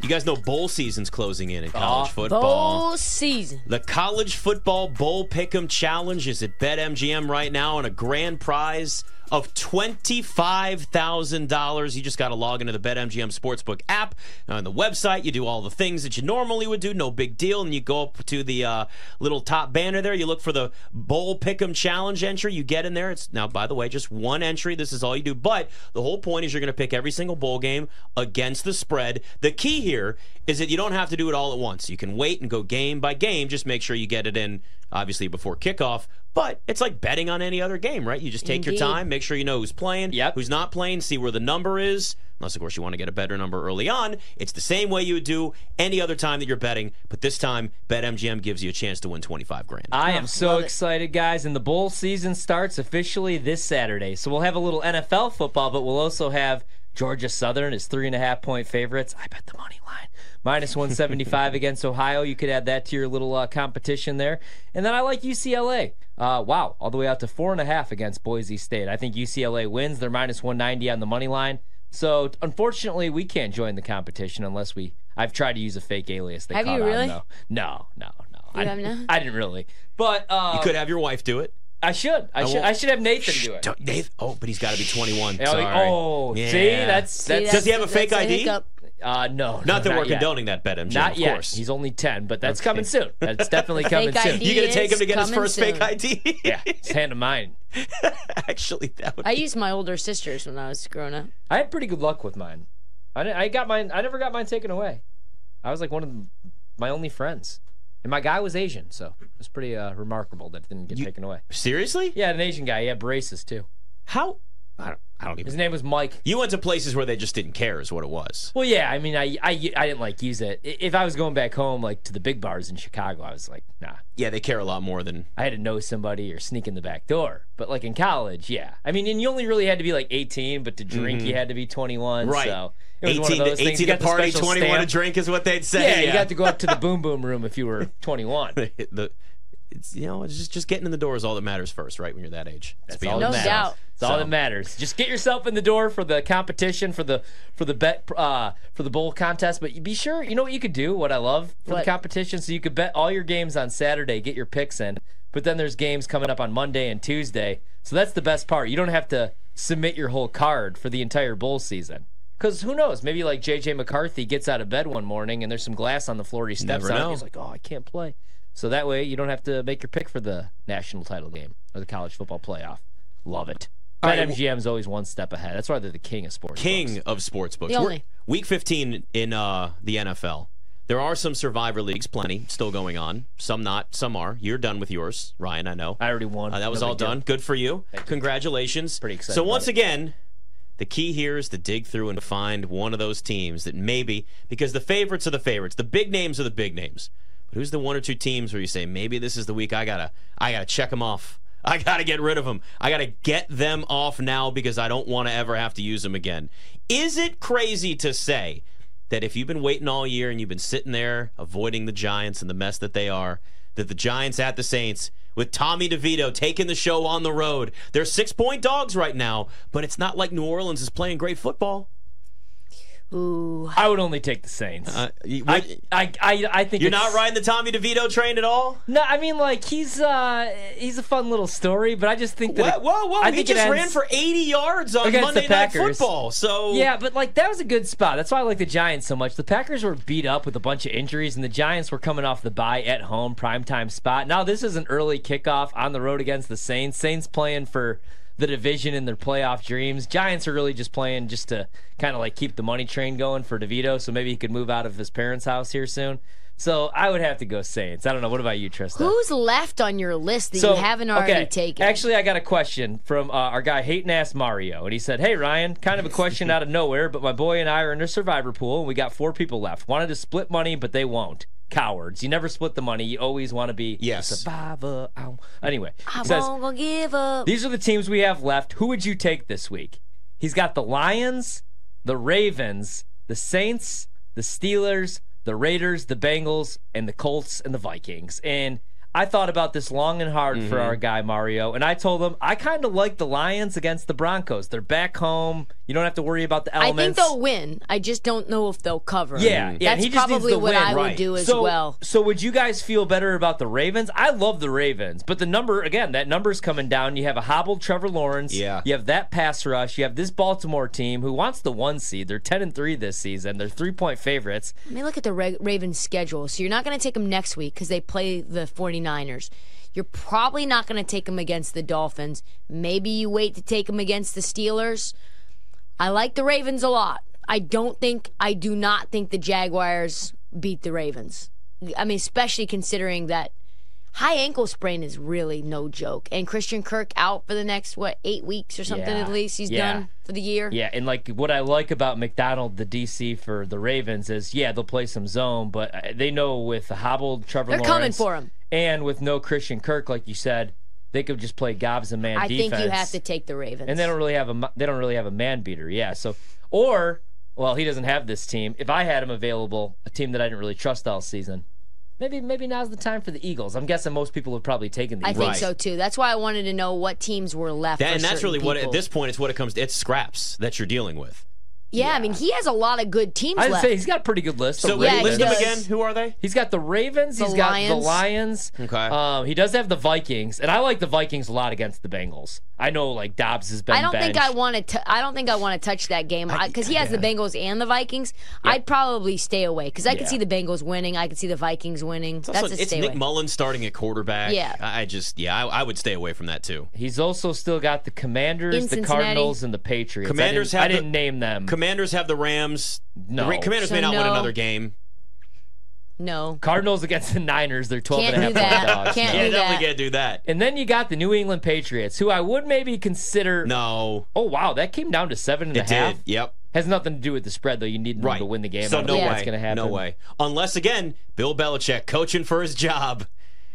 You guys know bowl season's closing in in college Aw. football. Bowl season. The College Football Bowl Pick'em Challenge is at BetMGM right now on a grand prize of $25,000. You just got to log into the BetMGM Sportsbook app. On the website, you do all the things that you normally would do, no big deal. And you go up to the uh, little top banner there. You look for the Bowl Pick'em Challenge entry. You get in there. It's now, by the way, just one entry. This is all you do. But the whole point is you're going to pick every single bowl game against the spread. The key here is that you don't have to do it all at once. You can wait and go game by game. Just make sure you get it in, obviously, before kickoff. But it's like betting on any other game, right? You just take Indeed. your time, make sure you know who's playing, Yep. who's not playing, see where the number is. Unless, of course, you want to get a better number early on. It's the same way you would do any other time that you're betting, but this time, BetMGM gives you a chance to win 25 grand. I am so Oh, love it. excited, guys, and the bowl season starts officially this Saturday. So we'll have a little NFL football, but we'll also have Georgia Southern is three and a half point favorites. I bet the money line minus 175 against Ohio. You could add that to your little uh, competition there. And then I like UCLA. Uh, wow, all the way out to four and a half against Boise State. I think UCLA wins. They're minus 190 on the money line. So unfortunately, we can't join the competition unless we. I've tried to use a fake alias. They Have you caught on, really? though. No, no, no. I, have not? I didn't really, but uh, you could have your wife do it. I should. I, should. won't- I should have Nathan do it. Don't- Dave- oh, but he's got to be 21. Yeah, Sorry. Oh, see, Yeah. that's See, that's Does he have a that's fake ID? hiccup. uh, no, Not that no, we're yet. condoning that BetMGM, Not of yet. course. He's only ten, but that's coming soon. That's definitely coming Fake soon. ID. you going to take him is to get his coming first fake soon. ID? Yeah, it's hand of mine. Actually, that would I used my older sisters when I was growing up. I had pretty good luck with mine. I, di- I got mine. I never got mine taken away. I was like one of the, my only friends, and my guy was Asian, so it was pretty uh, remarkable that it didn't get You- taken away. Seriously? Yeah, an Asian guy. He had braces too. How? I don't, I don't even. His name was Mike. You went to places where they just didn't care, is what it was. Well, yeah. I mean, I, I, I didn't like use it. I- If I was going back home, like to the big bars in Chicago, I was like, nah. Yeah, they care a lot more than. I had to know somebody or sneak in the back door. But like in college, yeah. I mean, and you only really had to be like 18, but to drink, you had to be 21. Mm-hmm. Right. So it was one of 18 those to, 18 things. to You got the party, special 21 to stamp. drink is what they'd say. Yeah, you got to go up to the boom boom room if you were 21. the. it's, you know, it's just, just getting in the door is all that matters first, right? When you're that age. That's all No matters. doubt. It's all that matters. Just get yourself in the door for the competition, for the for the bet uh, for the bowl contest. But you be sure, you know what you could do. What I love for What? the competition, so you could bet all your games on Saturday, get your picks in. But then there's games coming up on Monday and Tuesday, so that's the best part. You don't have to submit your whole card for the entire bowl season. Because who knows? Maybe like JJ McCarthy gets out of bed one morning and there's some glass on the floor. He steps Never on. it, know. He's like, "Oh, I can't play." So that way you don't have to make your pick for the national title game or the college football playoff. Love it. All right, BetMGM's MGM's always one step ahead. That's why they're the king of sports. King of sports books. The We're- only. Week 15 in uh, the NFL. There are some survivor leagues, plenty still going on. Some not, some are. You're done with yours, Ryan. I know. I already won. Uh, that was No all big deal. done. Good for you. Congratulations. Pretty excited So about once it. again, the key here is to dig through and find one of those teams that maybe because the favorites are the favorites, the big names are the big names. But who's the one or two teams where you say maybe this is the week I gotta I gotta check them off. I gotta get rid of them. I gotta get them off now because I don't want to ever have to use them again. Is it crazy to say that if you've been waiting all year and you've been sitting there avoiding the Giants and the mess that they are, that the Giants at the Saints with Tommy DeVito taking the show on the road. They're six point dogs right now, but it's not like New Orleans is playing great football. Ooh. I would only take the Saints. Uh, you- I, I, I, I think you're it's- not riding the Tommy DeVito train at all? No, I mean like he's uh he's a fun little story, but I just think Whoa, that it- whoa, whoa. I he think just it ran ends- for 80 yards on Against the Monday Night Packers. Football. So Yeah, but like that was a good spot. That's why I like the Giants so much. The Packers were beat up with a bunch of injuries, and the Giants were coming off the bye at home, primetime spot. Now this is an early kickoff on the road against the Saints. Saints playing for the division and their playoff dreams. Giants are really just playing just to kind of like keep the money train going for DeVito, so maybe he could move out of his parents' house here soon. So I would have to go Saints. I don't know. What about you, Tristan? Who's left on your list that you haven't already okay. taken? Actually, I got a question from uh, our guy hating ass Mario, and he said, "Hey Ryan, kind of a question out of nowhere, but my boy and I are in a survivor pool, and we got four people left. Wanted to split money, but they won't. Cowards! You never split the money. You always want to be Yes. a survivor. Ow. Anyway, he I says, won't go give up. these are the teams we have left. Who would you take this week? He's got the Lions, the Ravens, the Saints, the Steelers, the Raiders, the Bengals, and the Colts and the Vikings. And I thought about this long and hard for our guy Mario, and I told him I kind of like the Lions against the Broncos. They're back home. You don't have to worry about the I elements. think they'll win. I just don't know if they'll cover. Yeah, yeah. That's he just probably needs to what win. I would do as so, well. So would you guys feel better about the Ravens? I love the Ravens, but the number again, that number's coming down. You have a hobbled Trevor Lawrence. Yeah. You have that pass rush. You have this Baltimore team who wants the one seed. They're ten and three this season. They're three point favorites. I mean, look at the Ra- Ravens' schedule. So you're not going to take them next week because they play the 49ers. You're probably not going to take them against the Dolphins. Maybe you wait to take them against the Steelers. I like the Ravens a lot. I don't think, I do not think the Jaguars beat the Ravens. I mean, especially considering that high ankle sprain is really no joke. And Christian Kirk out for the next, what, eight weeks or something Yeah. at least? He's Yeah. done for the year. Yeah, and like what I like about McDonald, the DC for the Ravens is, yeah, they'll play some zone, but uh, they know with the hobbled Trevor They're Lawrence, coming for him. and with no Christian Kirk, like you said, they could just play gobs and man I defense. think you have to take the Ravens. and they don't really have a mo- they don't really have a man beater. Yeah, so or well, he doesn't have this team. If I had him available, a team that I didn't really trust all season, maybe maybe now's the time for the Eagles. I'm guessing most people have probably taken the I Eagles. think Right. so too. That's why I wanted to know what teams were left. That, for and that's certain really what people. at this point it's what it comes. It's scraps that you're dealing with. Yeah, I mean, he has a lot of good teams I'd left. say he's got a pretty good list. The So Yeah, wait, he list them does. again. Who are they? He's got the Ravens. The he's got Lions. the Lions. Okay. Um, he does have the Vikings, and I like the Vikings a lot against the Bengals. I know like Dobbs has been. I don't think I benched. want to. I don't think I want to touch that game because he has the Bengals and the Vikings. I'd probably stay away because I Yeah. could see the Bengals winning. I could see the Vikings winning. Also, That's a it's stay Nick away. Mullins starting at quarterback. Yeah. I I just yeah, I, I would stay away from that too. He's also still got the Commanders, In the Cincinnati. Cardinals, and the Patriots. Commanders I have didn't, the- I didn't name them. Commanders have the Rams. The No. Ra- Commanders may So not win no. another game. no, Cardinals against the Niners. They're 12 and a Can't half do point that. dogs. Can't Yeah, do that. definitely can't do that. And then you got the New England Patriots, who I would maybe consider. No, Oh, wow. That came down to seven and a it half. did. Yep. Has nothing to do with the spread, though. You need them Right. to win the game. I So don't no think way. That's going to happen. No way. Unless again, Bill Belichick coaching for his job.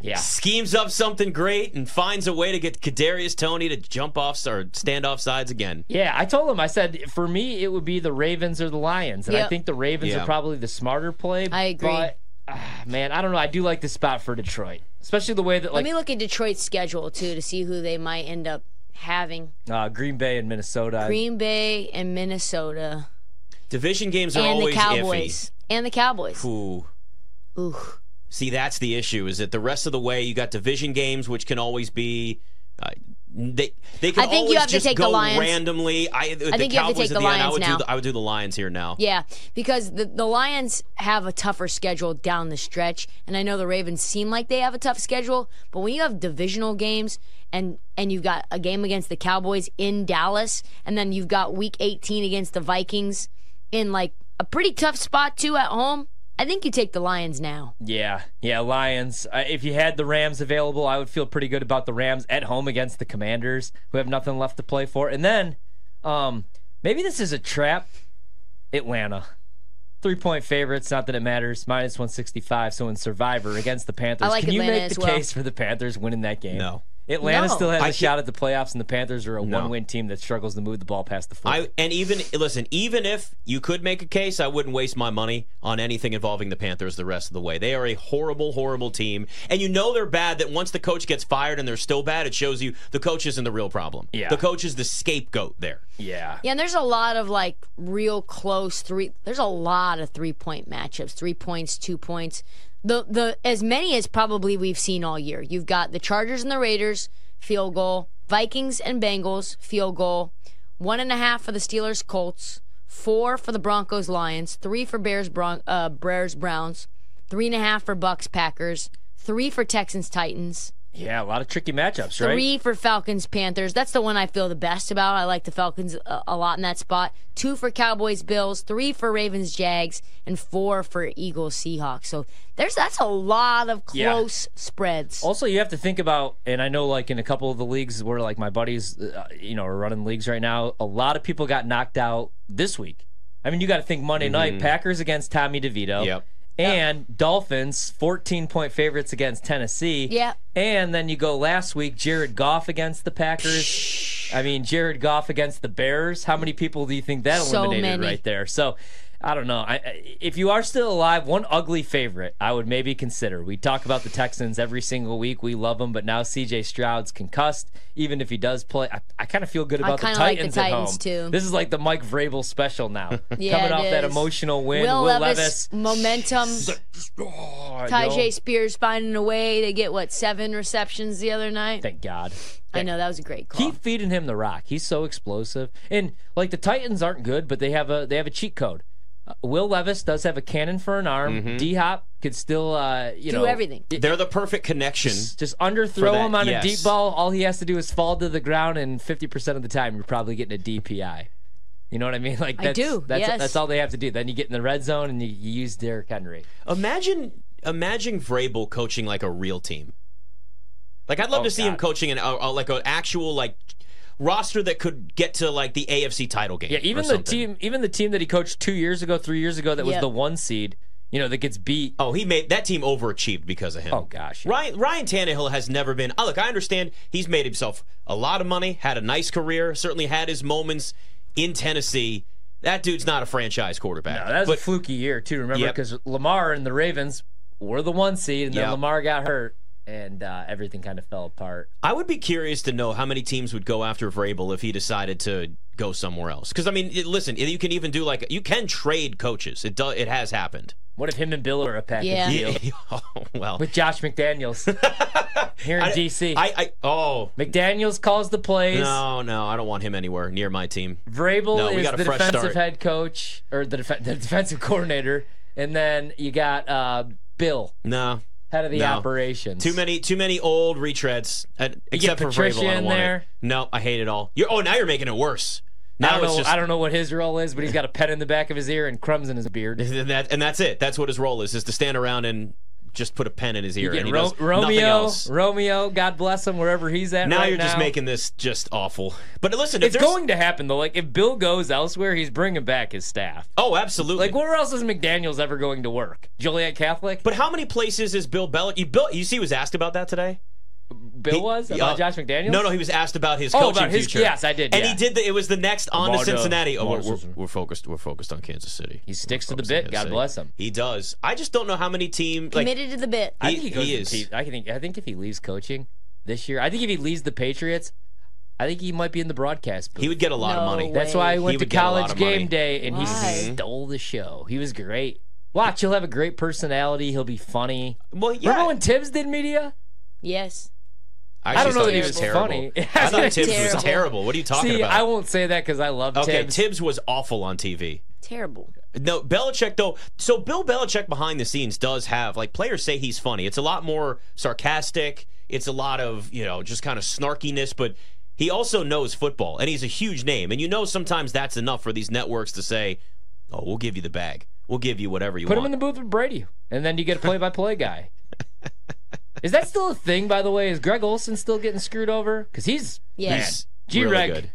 Yeah. schemes up something great and finds a way to get Kadarius Tony to jump off or stand off sides again. Yeah, I told him. I said for me it would be the Ravens or the Lions, and I Yep. think the Ravens Yeah. are probably the smarter play. I agree. But, ah, man, I don't know. I do like the spot for Detroit, especially the way that Let like me look at Detroit's schedule too to see who they might end up having. uh, Green Bay and Minnesota. Green Bay and Minnesota Division games are and the always Cowboys and the Cowboys. iffy. Ooh. Ooh, See, that's the issue. Is that the rest of the way you got division games, which can always be. Uh, they they can I think you always have to just take the go Lions. randomly. I, the think you have to Cowboys take at the the, end. I Lions would now. do the, I would do the Lions here now. Yeah, because the, the Lions have a tougher schedule down the stretch, and I know the Ravens seem like they have a tough schedule, but when you have divisional games and and you've got a game against the Cowboys in Dallas, and then you've got Week 18 against the Vikings in like a pretty tough spot too at home. I think you take the Lions now. Yeah, yeah, Lions. Uh, if you had the Rams available, I would feel pretty good about the Rams at home against the Commanders, who have nothing left to play for. And then, um, maybe this is a trap. Atlanta, three-point favorites. Not that it matters. Minus one sixty-five. So in Survivor against the Panthers, I like can you Atlanta make as the well. case for the Panthers winning that game? No. Atlanta No. still has a I- shot at the playoffs, and the Panthers are a one-win team that struggles to move the ball past the four. I and even listen, even if you could make a case, I wouldn't waste my money on anything involving the Panthers the rest of the way. They are a horrible, horrible team, and you know they're bad. That once the coach gets fired and they're still bad, it shows you the coach isn't the real problem. Yeah. the coach is the scapegoat there. yeah. Yeah, and there's a lot of like real close three. There's a lot of three point matchups, three points, two points. The the as many as probably we've seen all year. You've got the Chargers and the Raiders field goal, Vikings and Bengals field goal, one and a half for the Steelers Colts, four for the Broncos Lions, three for Bears Bron- uh, Bears Browns, three and a half for Bucks Packers, three for Texans Titans. Yeah, a lot of tricky matchups, right? Three for Falcons Panthers. That's the one I feel the best about. I like the Falcons uh, a, a lot in that spot. Two for Cowboys Bills. Three for Ravens Jags, and four for Eagles Seahawks. So there's that's a lot of Yeah. Oh, close spreads. Also, you have to think about, and I know, like in a couple of the leagues where like my buddies, uh, you know, are running leagues right now. A lot of people got knocked out this week. I mean, you got to think Monday night Packers against Tommy DeVito. Yep. And Dolphins, 14 point favorites against Tennessee. Yep. And then you go last week, Jared Goff against the Packers. I mean, Jared Goff against the Bears. How many people do you think that So eliminated many. right there? So I don't know. I, I- if you are still alive, one ugly favorite I would maybe consider. We talk about the Texans every single week. We love them, but now CJ Stroud's concussed. Even if he does play, I, I kind of feel good about the kinda like the Titans at Titans, home. too. This is like the Mike Vrabel special now. Yeah, Coming it off that is. emotional win, Will, Levis, Levis. momentum. Oh, yo. Tajay Spears finding a way to get what seven receptions the other night. Thank God. I know that was a great call. Keep feeding him the rock. He's so explosive. And like the Titans aren't good, but they have a they have a cheat code. Uh, Will Levis does have a cannon for an arm. Mm-hmm. D Hop could still uh, you Do know everything. They're the perfect connection. Just underthrow that, him on yes. a deep ball. All he has to do is fall to the ground, and fifty percent of the time, you're probably getting a DPI. You know what I mean? Like that's, do, That's, yes. that's all they have to do. Then you get in the red zone and you, you use Derrick Henry. Imagine imagine Vrabel coaching like a real team. Like I'd love to see him Oh, God. coaching an uh, uh, like an actual like roster that could get to like the AFC title game. Yeah, or even the something. team, even the team that he coached two years ago, three years ago, that was Yep. the one seed. You know that gets beat. Oh, he made that team overachieved because of him. Oh gosh, yeah. Ryan Ryan Tannehill has never been. Oh, look, I understand he's made himself a lot of money, had a nice career, certainly had his moments in Tennessee. That dude's not a franchise quarterback. Now, that was but a fluky year too. Remember, Yep. because Lamar and the Ravens were the one seed, and Yep. then Lamar got hurt, and uh, everything kind of fell apart. I would be curious to know how many teams would go after Vrabel if he decided to go somewhere else. Because I mean, it- listen, you can even do like you can trade coaches. It does. It has happened. What if him and Bill are a package Yeah. deal oh, well, with Josh McDaniels here in DC? I, I oh McDaniels calls the plays. no no, I don't want him anywhere near my team. Vrabel No, we is got a the fresh defensive start. head coach or the, def- the defensive coordinator, and then you got uh, Bill, No, head of the No. operations. Too many, too many old retreads. uh, except for Patricia Vrabel, I don't in want there. it. No, I hate it all. You're, oh, now you're making it worse. Now I don't it's know. just I don't know what his role is, but he's got a pen in the back of his ear and crumbs in his beard. and that, and that's it. That's what his role is: is to stand around and just put a pen in his ear, Yeah, and he Ro- does nothing Romeo, else. Romeo, God bless him, wherever he's at. now right you're now. just making this just awful. But listen, if It's there's- going to happen though. Like if Bill goes elsewhere, he's bringing back his staff. Oh, absolutely. Like where else is McDaniel's ever going to work? Joliet Catholic? but how many places is Bill Belichick? You, Bill, you see, he was asked about that today. Bill was about uh, Josh McDaniels. No, no, he was asked about his Oh, coaching about his- future. yes, I did, And yeah. he did. The, it was the next on to About, uh, Cincinnati. Oh, we're, about we're, Cincinnati. we're focused. We're focused on Kansas City. he sticks to the Focused on bit. Kansas God City. bless him. He does. I just don't know how many team like Committed to the bit. I He- think he goes. he to is. Chiefs. I think. I think if he leaves coaching this year, I think if he leaves the Patriots, I think he might be in the broadcast booth. he would get a lot of No money. way. That's why I He went to would get a lot college of money. game day and Why? he stole the show. He was great. Watch, he'll have a great personality. He'll be funny. Well, yeah. Remember when Tibbs did media? Yes. I actually don't know thought that he he was terrible. funny. I thought Tibbs Terrible. was terrible. What are you talking See, about? I won't say that because I love okay, Tibbs. Tibbs was awful on TV. Terrible. No, Belichick though. So Bill Belichick behind the scenes does have like players say he's funny. It's a lot more sarcastic. It's a lot of you know just kind of snarkiness, but he also knows football and he's a huge name. And you know sometimes that's enough for these networks to say, "Oh, we'll give you the bag. We'll give you whatever you Put him want." in the booth with Brady, and then you get a play-by-play guy. Is that still a thing, by the way? Is Greg Olson still getting screwed over? Because he's Yeah. He's G really Reg. good.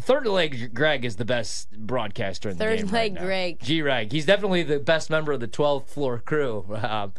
Third leg Greg is the best broadcaster in the Third game. leg right Greg. G Reg. He's definitely the best member of the 12th floor crew. Um,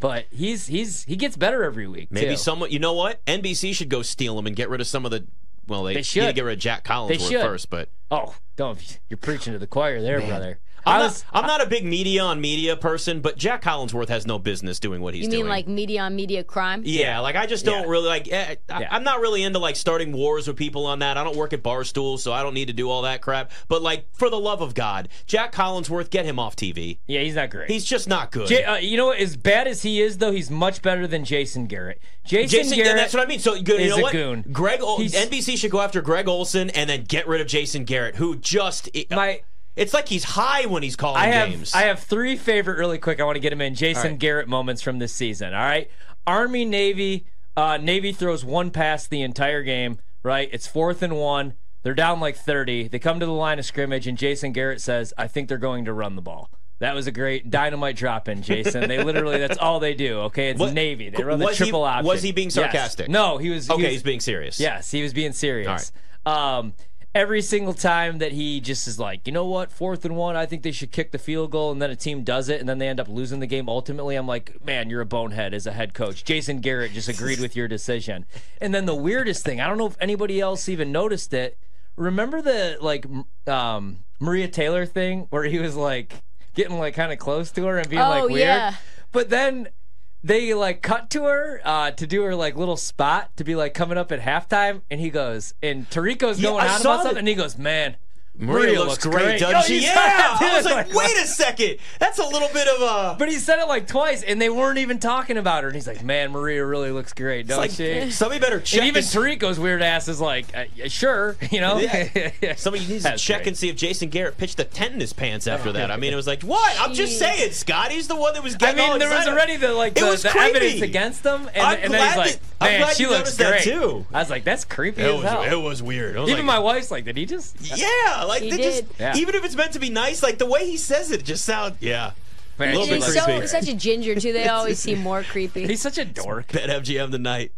but he's he's he gets better every week. Maybe too. someone, you know what? NBC should go steal him and get rid of some of the. Well, they, They should. need to get rid of Jack Collinsworth should. first, but Oh, don't you're preaching to the choir there, brother. I'm, I not, was I'm not a big media on media person, but Jack Collinsworth has no business doing what he's You doing. mean like media on media crime? yeah, like I just don't Yeah. really like. eh, I, Yeah. I'm not really into like starting wars with people on that. I don't work at barstools, so I don't need to do all that crap. But like, for the love of God, Jack Collinsworth, get him off TV. yeah, he's not great. He's just not good. J- uh, you know, what? as bad as he is, though, he's much better than Jason Garrett. Jason, Jason, Garrett. and that's what I mean. So you is know a what? goon. Greg Ol- He's- NBC should go after Greg Olson and then get rid of Jason Garrett, who just it- My- it's like he's high when he's calling I have games. I have three favorite really quick. I want to get him in. Jason Garrett moments from this season. All right, Army Navy. Uh, Navy throws one pass the entire game. Right, it's fourth and one. They're down like thirty. They come to the line of scrimmage, and Jason Garrett says, "I think they're going to run the ball." That was a great dynamite drop in, Jason. They literally, that's all they do, okay? It's What- Navy. They run the was he- triple option. was he being Yes. sarcastic? No, he was. he okay, was- he's being serious. Yes, he was being serious. Um, every single time that he just is like, you know what, fourth and one, I think they should kick the field goal, and then a team does it, and then they end up losing the game. Ultimately, I'm like, man, you're a bonehead as a head coach. Jason Garrett just agreed with your decision. And then the weirdest thing, I don't know if anybody else even noticed it. Remember the like m- um, Maria Taylor thing where he was like. getting like kind of close to her and being Oh, like weird. yeah. But then they like cut to her uh, to do her like little spot to be like coming up at halftime, and he goes and Tariko's Yeah, going I on saw about something, that- and he goes, "Man, Maria, looks, great, doesn't Yo, she? you Yeah. saw that, I was Oh, dude. Oh, like, wait a second. That's a little bit of a. But he said it like twice, and they weren't even talking about her. And he's like, "Man, Maria really looks great, It's don't like, she?" somebody better check. And even this- Tariko's weird ass is like, uh, yeah, "Sure, you know." Yeah. Somebody needs to That's check great. Oh, and see if Jason Garrett pitched a tent in his pants after that. I mean, it was like, what? I'm just Jeez. saying, Scott. He's the one that was I getting. all mean, there was excited. already the like Oh, It the, was the creepy. evidence against them, and, I'm and then he's glad like, that- I'm "Man, glad she you noticed looks that great." too. I was like, "That's creepy It as hell." was, it was weird. I was even like, my wife's like, "Did he just?" Yeah, like He they just did. Yeah. even if it's meant to be nice, like the way he says it just sounds yeah. Man, little she bit He's looks creepy. so, such a ginger too. They always seem more creepy. He's such a dork. Bet MGM tonight.